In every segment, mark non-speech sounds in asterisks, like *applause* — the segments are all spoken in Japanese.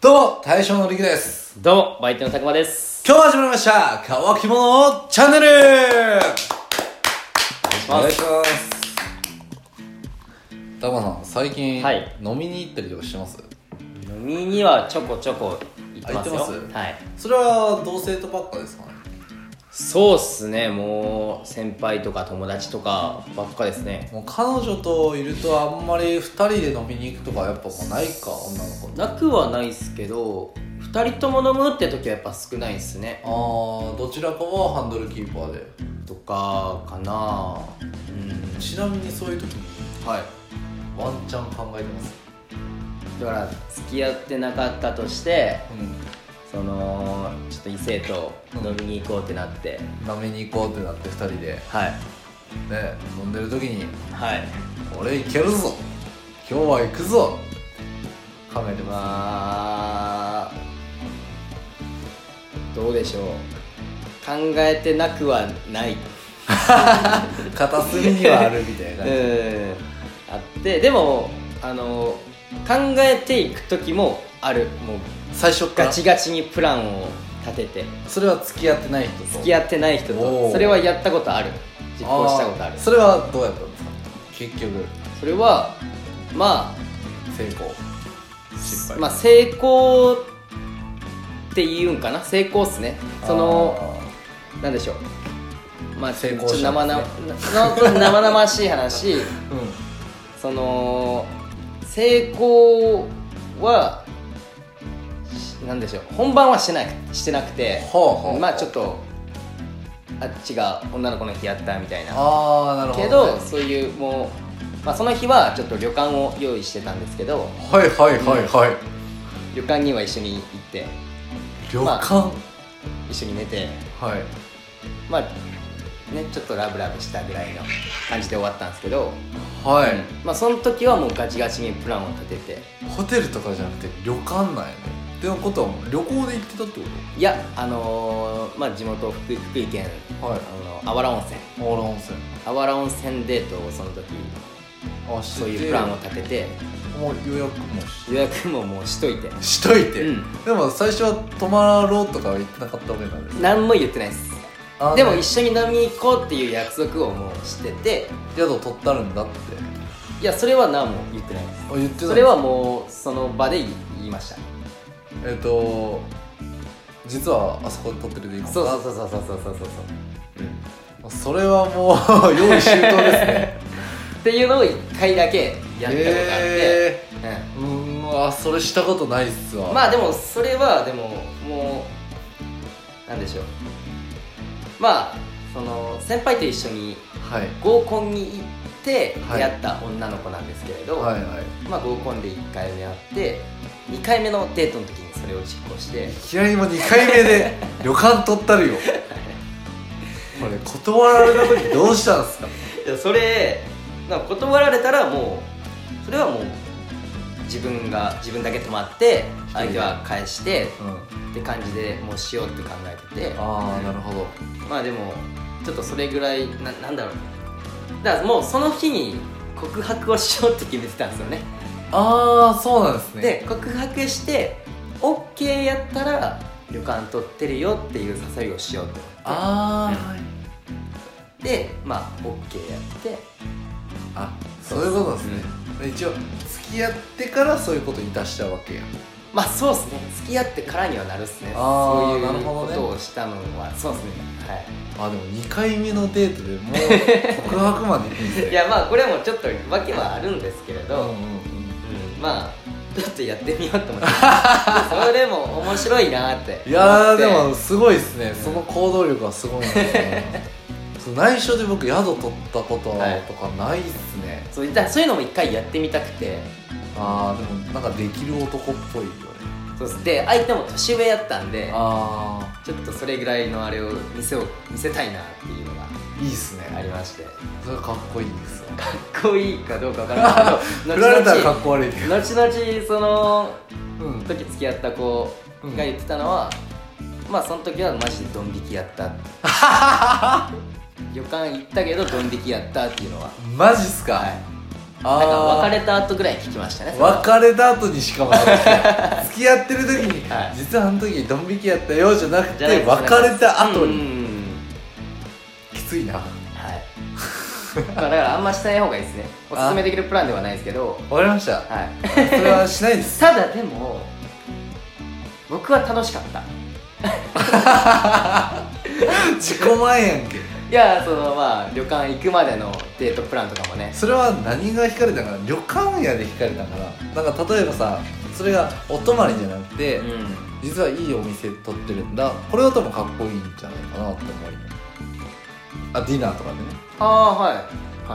どうも、大将のりきです。どうも、バイトの佐久間です。今日も始まりました、乾き物チャンネルお願いします。タコさん、最近、はい飲みに行ったりとかしてます飲みにはちょこちょこ行ってますよ。あ行ってますはい。それは同性とばっかですかねそうっすね、もう、先輩とか友達とかばっかですね。もう彼女といるとあんまり二人で飲みに行くとかやっぱもうないか、女の子。なくはないっすけど、二人とも飲むって時はやっぱ少ないっすね。あー、どちらかはハンドルキーパーで。とか、かなうん。ちなみにそういう時にはい。ワンチャン考えてます。だから、付き合ってなかったとして、うその、ちょっと異性と飲みに行こうってなって、ん。飲みに行こうってなって二人で、はい。ね、飲んでる時にはい。俺いけるぞ今日は行くぞ考えてままあどうでしょう考えてなくはないす片隅にはあるみたいなう感じんあってでもあの考えていく時もあるもう最初からガチガチにプランを立ててそれは付き合ってない人と付き合ってない人おとーそれはやったことある実行したことあーるそれはどうやったんですか結局それはま成功失あ敗まあ成功って言うんかな成功っすねそのなんでしょうまあ成功ちょっと者生なでなな生々しい *laughs* 話あーその成功はしなんでしょう本番はしてなくしてなくてほうほうまあちょっとあっちが女の子の日やったみたいなああなるほど、けね、どそういうもう、まあ、その日はちょっと旅館を用意してたんですけどはいはいはいはい、旅館には一緒に行って旅まあ館、一緒に寝てはいまあねちょっとラブラブしたぐらいの感じで終わったんですけどはい、まあその時はもうガチガチにプランを立ててホテルとかじゃなくて旅館なんやねってことはもう旅行で行ってたってこいやあのーまあ地元福福井県とはいあのあわら温泉あら温泉あわら温泉デートをその時あしててそういうプランを立ててもう予約もし予約ももうしといてしといて、うんでも最初は泊まろうとかは言ってなかったわけなんです何も言ってないですあのでも一緒に飲みに行こうっていう約束をもうしてて宿取ったるんだっていやそれは何も言ってないですあ言ってたそれはもうその場で言いましたえっ、と実はあそこで取ってるでいいのそうそうそうそうそうそうそうそうそれはもう用意周到ですねっていうのを1回だけ *laughs* やったことがあって、へーうーんあそれしたことないっすうわん、まああでもそれはでももうなんでしょうまあその先輩と一緒にはい合コンに行ってはい出会った女の子なんですけれど、はいはいまあ、合コンで1回目会って2回目のデートの時にそれを実行していきなりもう2回目で *laughs* 旅館取ったるよこれ断られた時どうしたんすかいやそれなんか断られたらもうそれはもう自分が自分だけ泊まって人で相手は返してうんって感じでもうしようって考えててああなるほどまあでもちょっとそれぐらいななんだろうだからもうその日に告白をしようって決めてたんですよねああそうなんですねで告白して OK やったら旅館取ってるよっていう誘いをしようとあー、はいでまあ OK やってあそういうことなんですね、一応付き合ってからそういうことに出したわけやまあそうですね付き合ってからにはなるっすねあーそうなるいうほどこねとをしたのはそうですねはあいでも2回目のデートでもう *laughs* 告白まで行くんですねいやまあこれもちょっと訳はあるんですけれうんど、うんうんうんまあちょっとやってみよう *laughs* と思ってそれも面白いなって思っていやーでもすごいですね、その行動力はすごいな *laughs* と思いますそう内緒で僕宿取ったことはいとかないっすね、そうだからそういうのも一回やってみたくてああでもなんかできる男っぽいよねそうっすで相手も年上やったんであちょっとそれぐらいのあれを見せを見せたいなっていうのがあいいっすねあり *laughs* ましてかそれかっこいいですよっこいいかどうかわからないけ *laughs* ど振られたらか後っこ悪いけど々後々そのうん時付き合った子が言ってたのは、まあその時はマジでドン引きやったって旅館行ったけどドン引きやったっていうのはマジっすか、はいあーなんか別れた後ぐらいに聞きましたね別れた後にしかまだ *laughs* 付き合ってる時に、はい実はあの時ドン引きやったよじゃなくてじゃないです別れた後に、うんうんうんきついなはい *laughs* まあだからあんましない方がいいですねおすすめできるプランではないですけどわかりましたはいそれはしないです *laughs* ただでも僕は楽しかった自己前やんけいやそのまあ旅館行くまでのデートプランとかもねそれは何が惹かれたんかな旅館屋で惹かれたんかななんか例えばさそれがお泊まりじゃなくて、うん実はいいお店撮ってるんだこれは多分かっこいいんじゃないかなって思いあディナーとかでねああはいは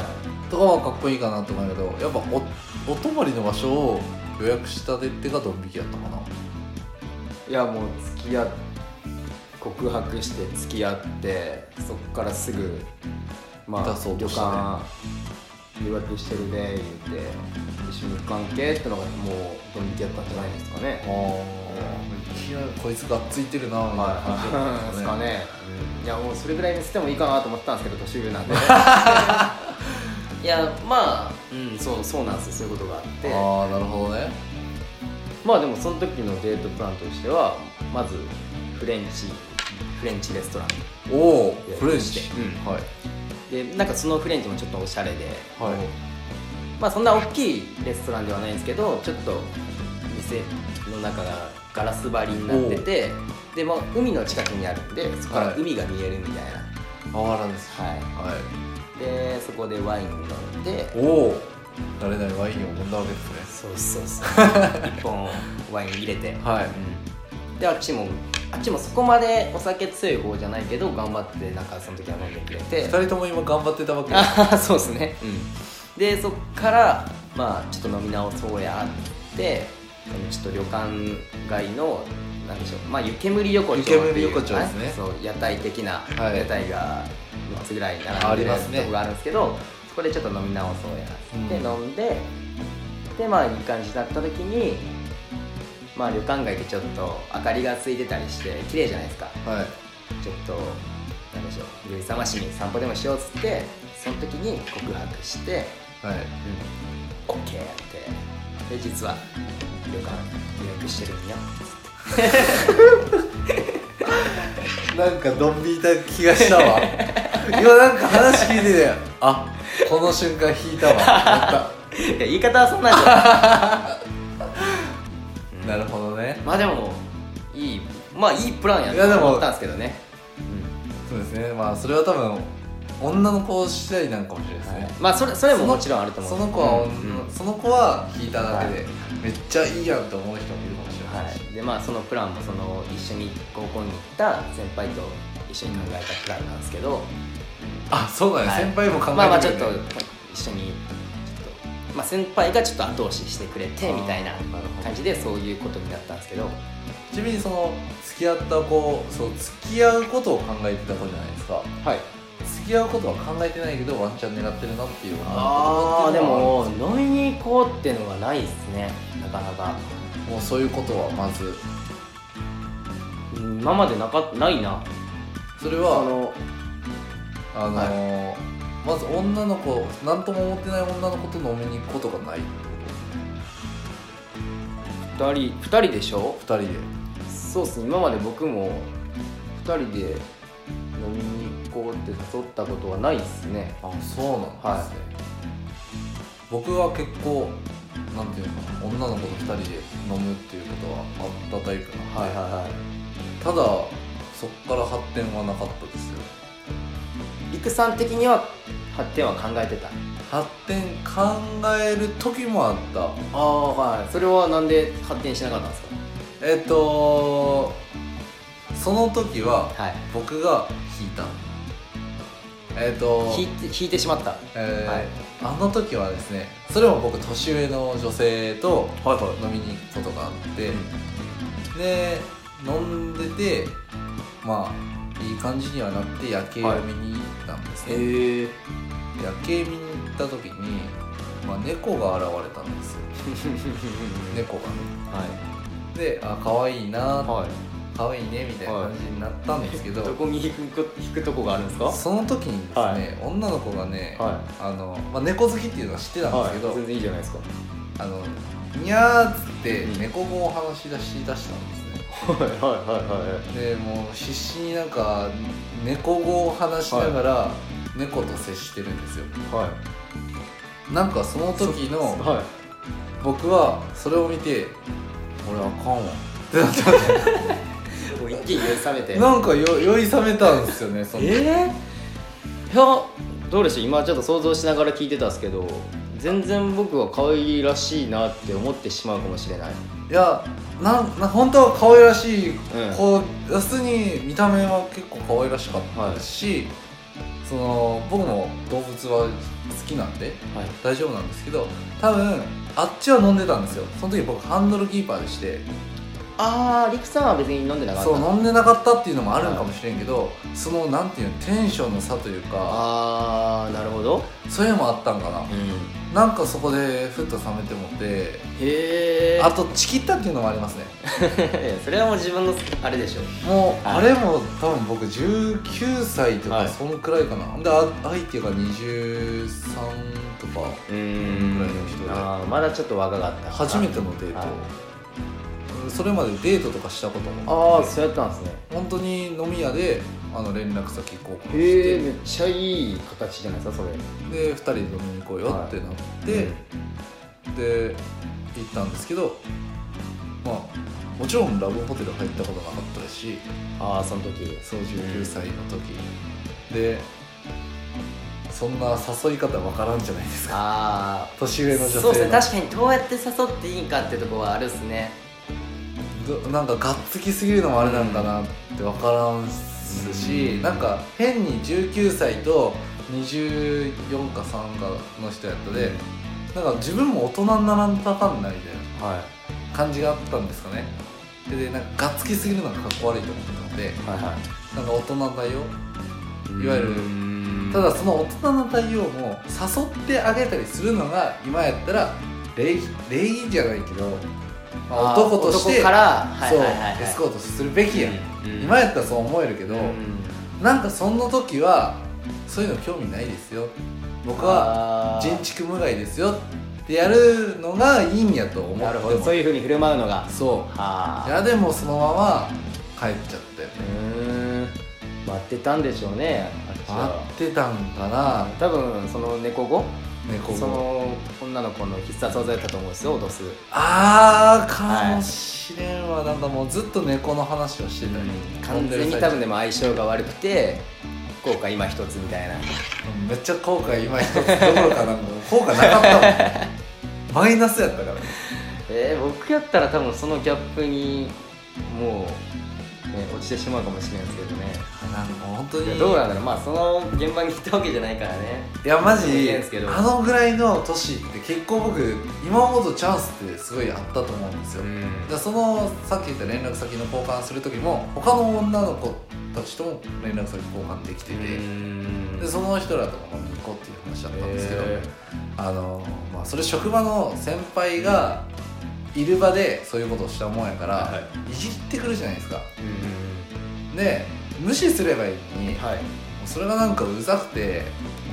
いとかはかっこいいかなと思うけどやっぱおお泊まりの場所を予約したでってがドン引きやったかないやもう付き合っ告白して付き合ってそっからすぐま出あ、そう旅とした館予約してるね言って一緒に関係ってのがもうドン引きやったんじゃないですかあねいきなりこいつがっついてるなみたいなはいです *laughs* かねいやもうそれぐらいにしてもいいかなと思ってたんですけど年上なんで *laughs* いやまあ、うん、そうそうなんですよそういうことがあってああなるほどねまあでもその時のデートプランとしてはまずフレンチフレンチレストランおおフレンチうんはいでなんかそのフレンチもちょっとおしゃれで、はいまあそんな大きいレストランではないんですけどちょっと店の中がガラス張りになっててで、まあ、海の近くにあるんでそこからはい海が見えるみたいあわらですな、はいはいでそこでワイン飲んでおお慣れないワインを飲んだわけですねそうそうそう *laughs* 一本ワイン入れて、はいうんであっちもあっちもそこまでお酒強い方じゃないけど頑張ってなんかその時は飲んでくれて二人とも今頑張ってた *laughs* わけですああそうですね、でそっからまあちょっと飲み直そうやってちょっと旅館街のなんでしょうまあ湯煙横丁っていう湯煙横丁ですねはいそう屋台的な、はい屋台が4つぐらい並んでありますねとこがあるんですけどそこでちょっと飲み直そうやって、うん飲んででまあいい感じだった時にまあ旅館街ってちょっと明かりがついてたりして綺麗じゃないですかはいちょっと何でしょう酔いさましに散歩でもしようっつってその時に告白してはい「OK」やってで実は旅館予約してるんよなんかドン引いた気がした *laughs* わ今なんか話聞いててあこの瞬間引いたわやっ *laughs* いや言い方はそんなんじゃない *laughs* たなるほどねまあでもいいまあいいプランやいやでなとも思ったんですけどね、そうですねまあそれは多分女の子次第なんかもしれないですね、はいまあそれそれももちろんあると思うその子は、うんうんその子は引いただけで、めっちゃいいやんと思う人もいるかもしれないし、はい、でまあそのプランもその一緒に合コンに行った先輩と一緒に考えたプランなんですけど、あそうだね、はい先輩も考えてくれてまあまあちょっと一緒にちょっと、まあ、先輩がちょっと後押ししてくれてみたいなあーなるほど感じでそういうことになったんですけどはちなみにその付き合った子そう付き合うことを考えてた子じゃないですかい付き合うことは考えてないけどワンチャン狙ってるなっていう女の子ああってでいうのはも飲みに行こうってのはないですねなかなかもうそういうことはまずうん今までなかないなそれあはのあのーまず女の子何とも思ってない女の子と飲みに行くことがないって2人2人でしょこと2人でそうっすね今まで僕も2人で飲みに行こうって誘ったことはないっすねあそうなんですね、僕は結構なんていうのかな女の子と2人で飲むっていうことはあったタイプなんで、はいはいただそっから発展はなかったですよ陸さん的には発展は考えてた発展考える時もあったああはいそれはなんで発展しなかったんですえっとその時はかはい僕が引いたえっと引いて引いてしまったはえーはいあの時はですねそれも僕年上の女性と飲みに行くことがあって、で飲んでてまあいい感じにはなって夜景を見に行ったんですね、 *laughs* へえ夜景見に行った時に、まあ、猫が現れたんですよ猫がねはであ可愛いなーい可可愛いねみたいな感じになったんですけど、どこに引くこ引くとこがあるんですかはその時にですね、は女の子がね、いあのまあ、猫好きっていうのは知ってたんですけど、はい、全然いいじゃないですかあのにゃーっつってうん猫語を話し出し出したんですねはいはいはいはいでもう必死になんか猫語を話しながら、猫と接してるんですよはいなんかその時のは僕はそれを見て俺あかん *laughs* わってなったんでいもう一気に酔い覚めてなんかよ酔い覚めたんですよねその時えー、いやどうでしょう今ちょっと想像しながら聞いてたんですけど全然僕は可愛いらしいなって思ってしまうかもしれないいやなんな本当は可愛らしいうん子、普通に見た目は結構可愛らしかったし、その僕も動物は好きなんではい大丈夫なんですけど多分あっちは飲んでたんですよその時僕ハンドルキーパーでしてああリクさんは別に飲んでなかったそう飲んでなかったっていうのもあるんかもしれんけど、そのなんていうのテンションの差というかああなるほど、そういうのもあったんかなうん、なんかそこでふっと冷めてもってへえあ *laughs* とチキったっていうのもありますねそれはもう自分のあれでしょもうはいあれも多分僕19歳とかはいそのくらいかな、であ相手が23とかうーぐんらいの人であーまだちょっと若かった初めてのデート、はいそれまでデートとかしたこともああそうやったんですね本当に飲み屋であの連絡先交換しへえてめっちゃいい形じゃないですかそれで2人で飲みに行こうよってなって、で行ったんですけどまあもちろんラブホテル入ったことなかったですしああその時そう19歳の時、でそんな誘い方わからんじゃないですかああ年上の女性のそうですね確かにどうやって誘っていいんかってとこはあるっすねどなんかがっつきすぎるのもあれなんかなって分からんっすし、うんなんか変に19歳と24か3かの人やったで、なんか自分も大人にならんとあかんないみたいはな感じがあったんですかねででなんかがっつきすぎるのがかっこ悪いと思ってたのでいはいはなんか大人だよいいわゆるるただその大人の対応も誘ってあげたりするのが今やったら礼儀礼儀じゃないけど、まあ男として男からはいそうはいはいはいエスコートするべきやん、うん今やったらそう思えるけど、うんなんかその時はそういうの興味ないですよ僕はあー人畜無害ですよってやるのがいいんやと思ってなるほどもそういうふうに振る舞うのがそうはいあやでもそのまま帰っちゃったようーん待ってたんでしょうねあっちは待ってたんかな多分その猫語猫そもの女の子の必殺技だったと思うんですよ脅すあーかもしれんわ、なんかもうずっと猫の話をしてたり、完全に多分でも相性が悪くて後悔今一つみたいなめっちゃ後悔今一つどころかなんかもう後悔なかった *laughs* もんマイナスやったからねえー、僕やったら多分そのギャップにもう、ね、落ちてしまうかもしれないですけどねなんかもう本当いやにどうなんだろうまあその現場に行ったわけじゃないからねいやマジいいんですけどあのぐらいの年って結構僕今思うとチャンスってすごいあったと思うんですよ、だからそのさっき言った連絡先の交換する時も他の女の子たちとも連絡先交換できてて、でその人らとも飲みに行こうっていう話だったんですけど、えあのまあ、それ職場の先輩がいる場でそういうことをしたもんやから、、はいじってくるじゃないですかーうんで無視すればいいのにはいそれがなんかうざくて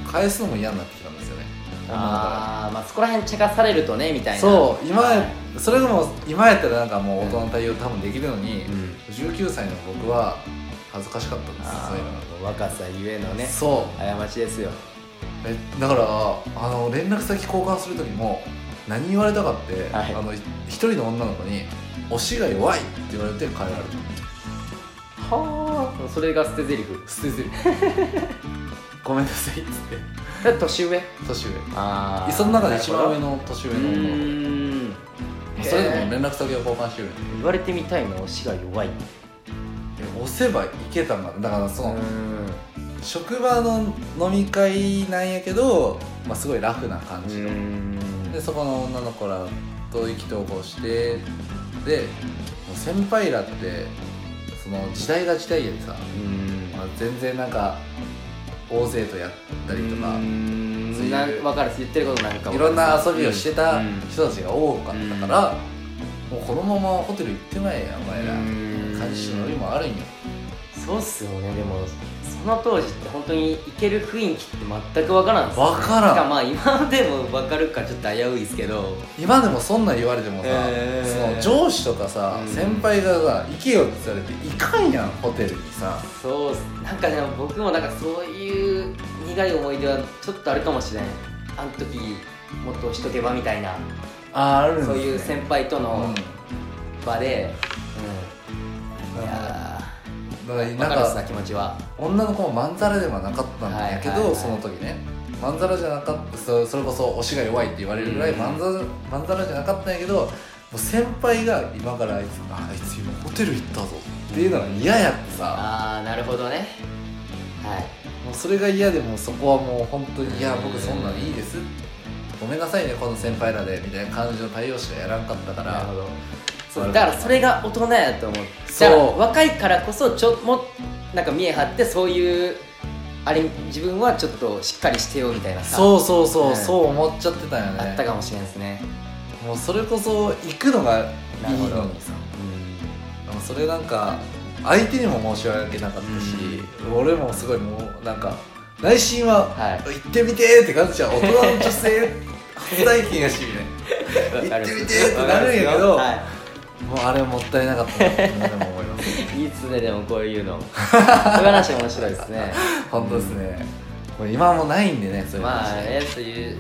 返すのも嫌になってきたんですよね女の子があーまあそこら辺茶化されるとねみたいなそう今はいやそれでも今やったらなんかもう大人の対応多分できるのに、19歳の僕は恥ずかしかったんですよあそういうのー若さゆえのがねそう過ちですよえだからあの連絡先交換する時も何言われたかって、はいあのい一人の女の子に「推しが弱い!」って言われて帰られたはあそれが捨て台詞捨てずに *laughs* ごめんなさい」っつってだって年上年上あその中で一番上の年上うの女の子ーんまあそれでも連絡先を交換してる言われてみたいな推しが弱い押せばいけたんだだからその、うーん職場の飲み会なんやけど、まあ、すごいラフな感うじの、ーんでそこの女の子らと意気投合してでもう先輩らってその時代が時代やでさ、まあ、全然なんか大勢とやったりとかうーんそういうな分かる言ってることなんかいろんな遊びをしてたうん人たちが多かったから、もうこのままホテル行ってまえやお前ら、うん感じのノリもあるんよそうっすよねでもその当時って本当に行ける雰囲気って全く分からんっす分からんてまあ今でも分かるかちょっと危ういですけど今でもそんなん言われてもさ、へーその上司とかさ、うん先輩がさ行けよって言われて行かんやんホテルにさそうっすなんかね僕もなんかそういう苦い思い出はちょっとあるかもしれんあの時もっとしとけばみたいなあーあるんです、そね、ういう先輩とうんの場で、うん、だいかやらー分なんかるっすかな気持ちは女の子もまんざらではなかったんだけど、はいはいはいその時ねまんざらじゃなかったそそれこそ推しが弱いって言われるぐらいうんまんざら,、まんざらじゃなかったんやけどもう先輩が今からあいつああいつ今ホテル行ったぞっていうのが嫌やってさ、ああなるほどねはいもうそれが嫌でもうそこはもう本当に「いやうん僕そんなんいいです」ごめんなさいねこの先輩らでみたいな感じの対応しかやらんかったかなるらほどそうだからそれが大人やと思うそうだから若いからこそちょもなんか見え張ってそういうあれ自分はちょっとしっかりしてよみたいなさそうそうそう、ねそう思っちゃってたよねあったかもしれんですねもうそれこそ行くのがいいなるのほにさうでもそれなんか相手にも申し訳なかったし、俺もすごいもうなんか内心は、はい行ってみてーって感じじゃん大人の女性初体験やし *laughs* みんたいな行ってみてーってなるんやけど、はもうあれもったいなかったなって今でも思いますい、いいっすねでもこういうのそういう話面白いで *laughs* すね本当ですね、これ今もないんでねそういうまあ話、ねそういう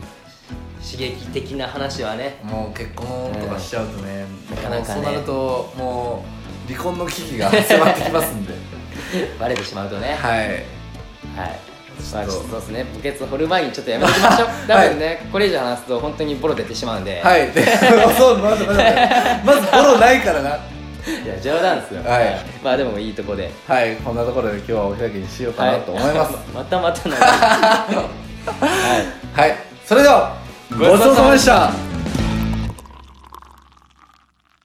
刺激的な話はねもう結婚とかしちゃうとね、うんなかなかもねうそうなるともう離婚の危機が迫ってきます *laughs* んでバレてしまうとねはい、はいまあ、ちょっとそうですね補欠掘る前にちょっとやめときまし *laughs* ょう多分ね、これ以上話すと本当にボロ出てしまうんで、はい、で *laughs* そうまずまずまずボロないからな。いや冗談ですよ、はいまあでもいいとこではい、こんなところで今日はお開きにしようかなと思います。はい *laughs* またまたなんかはいはい、それではごちそうさまでした。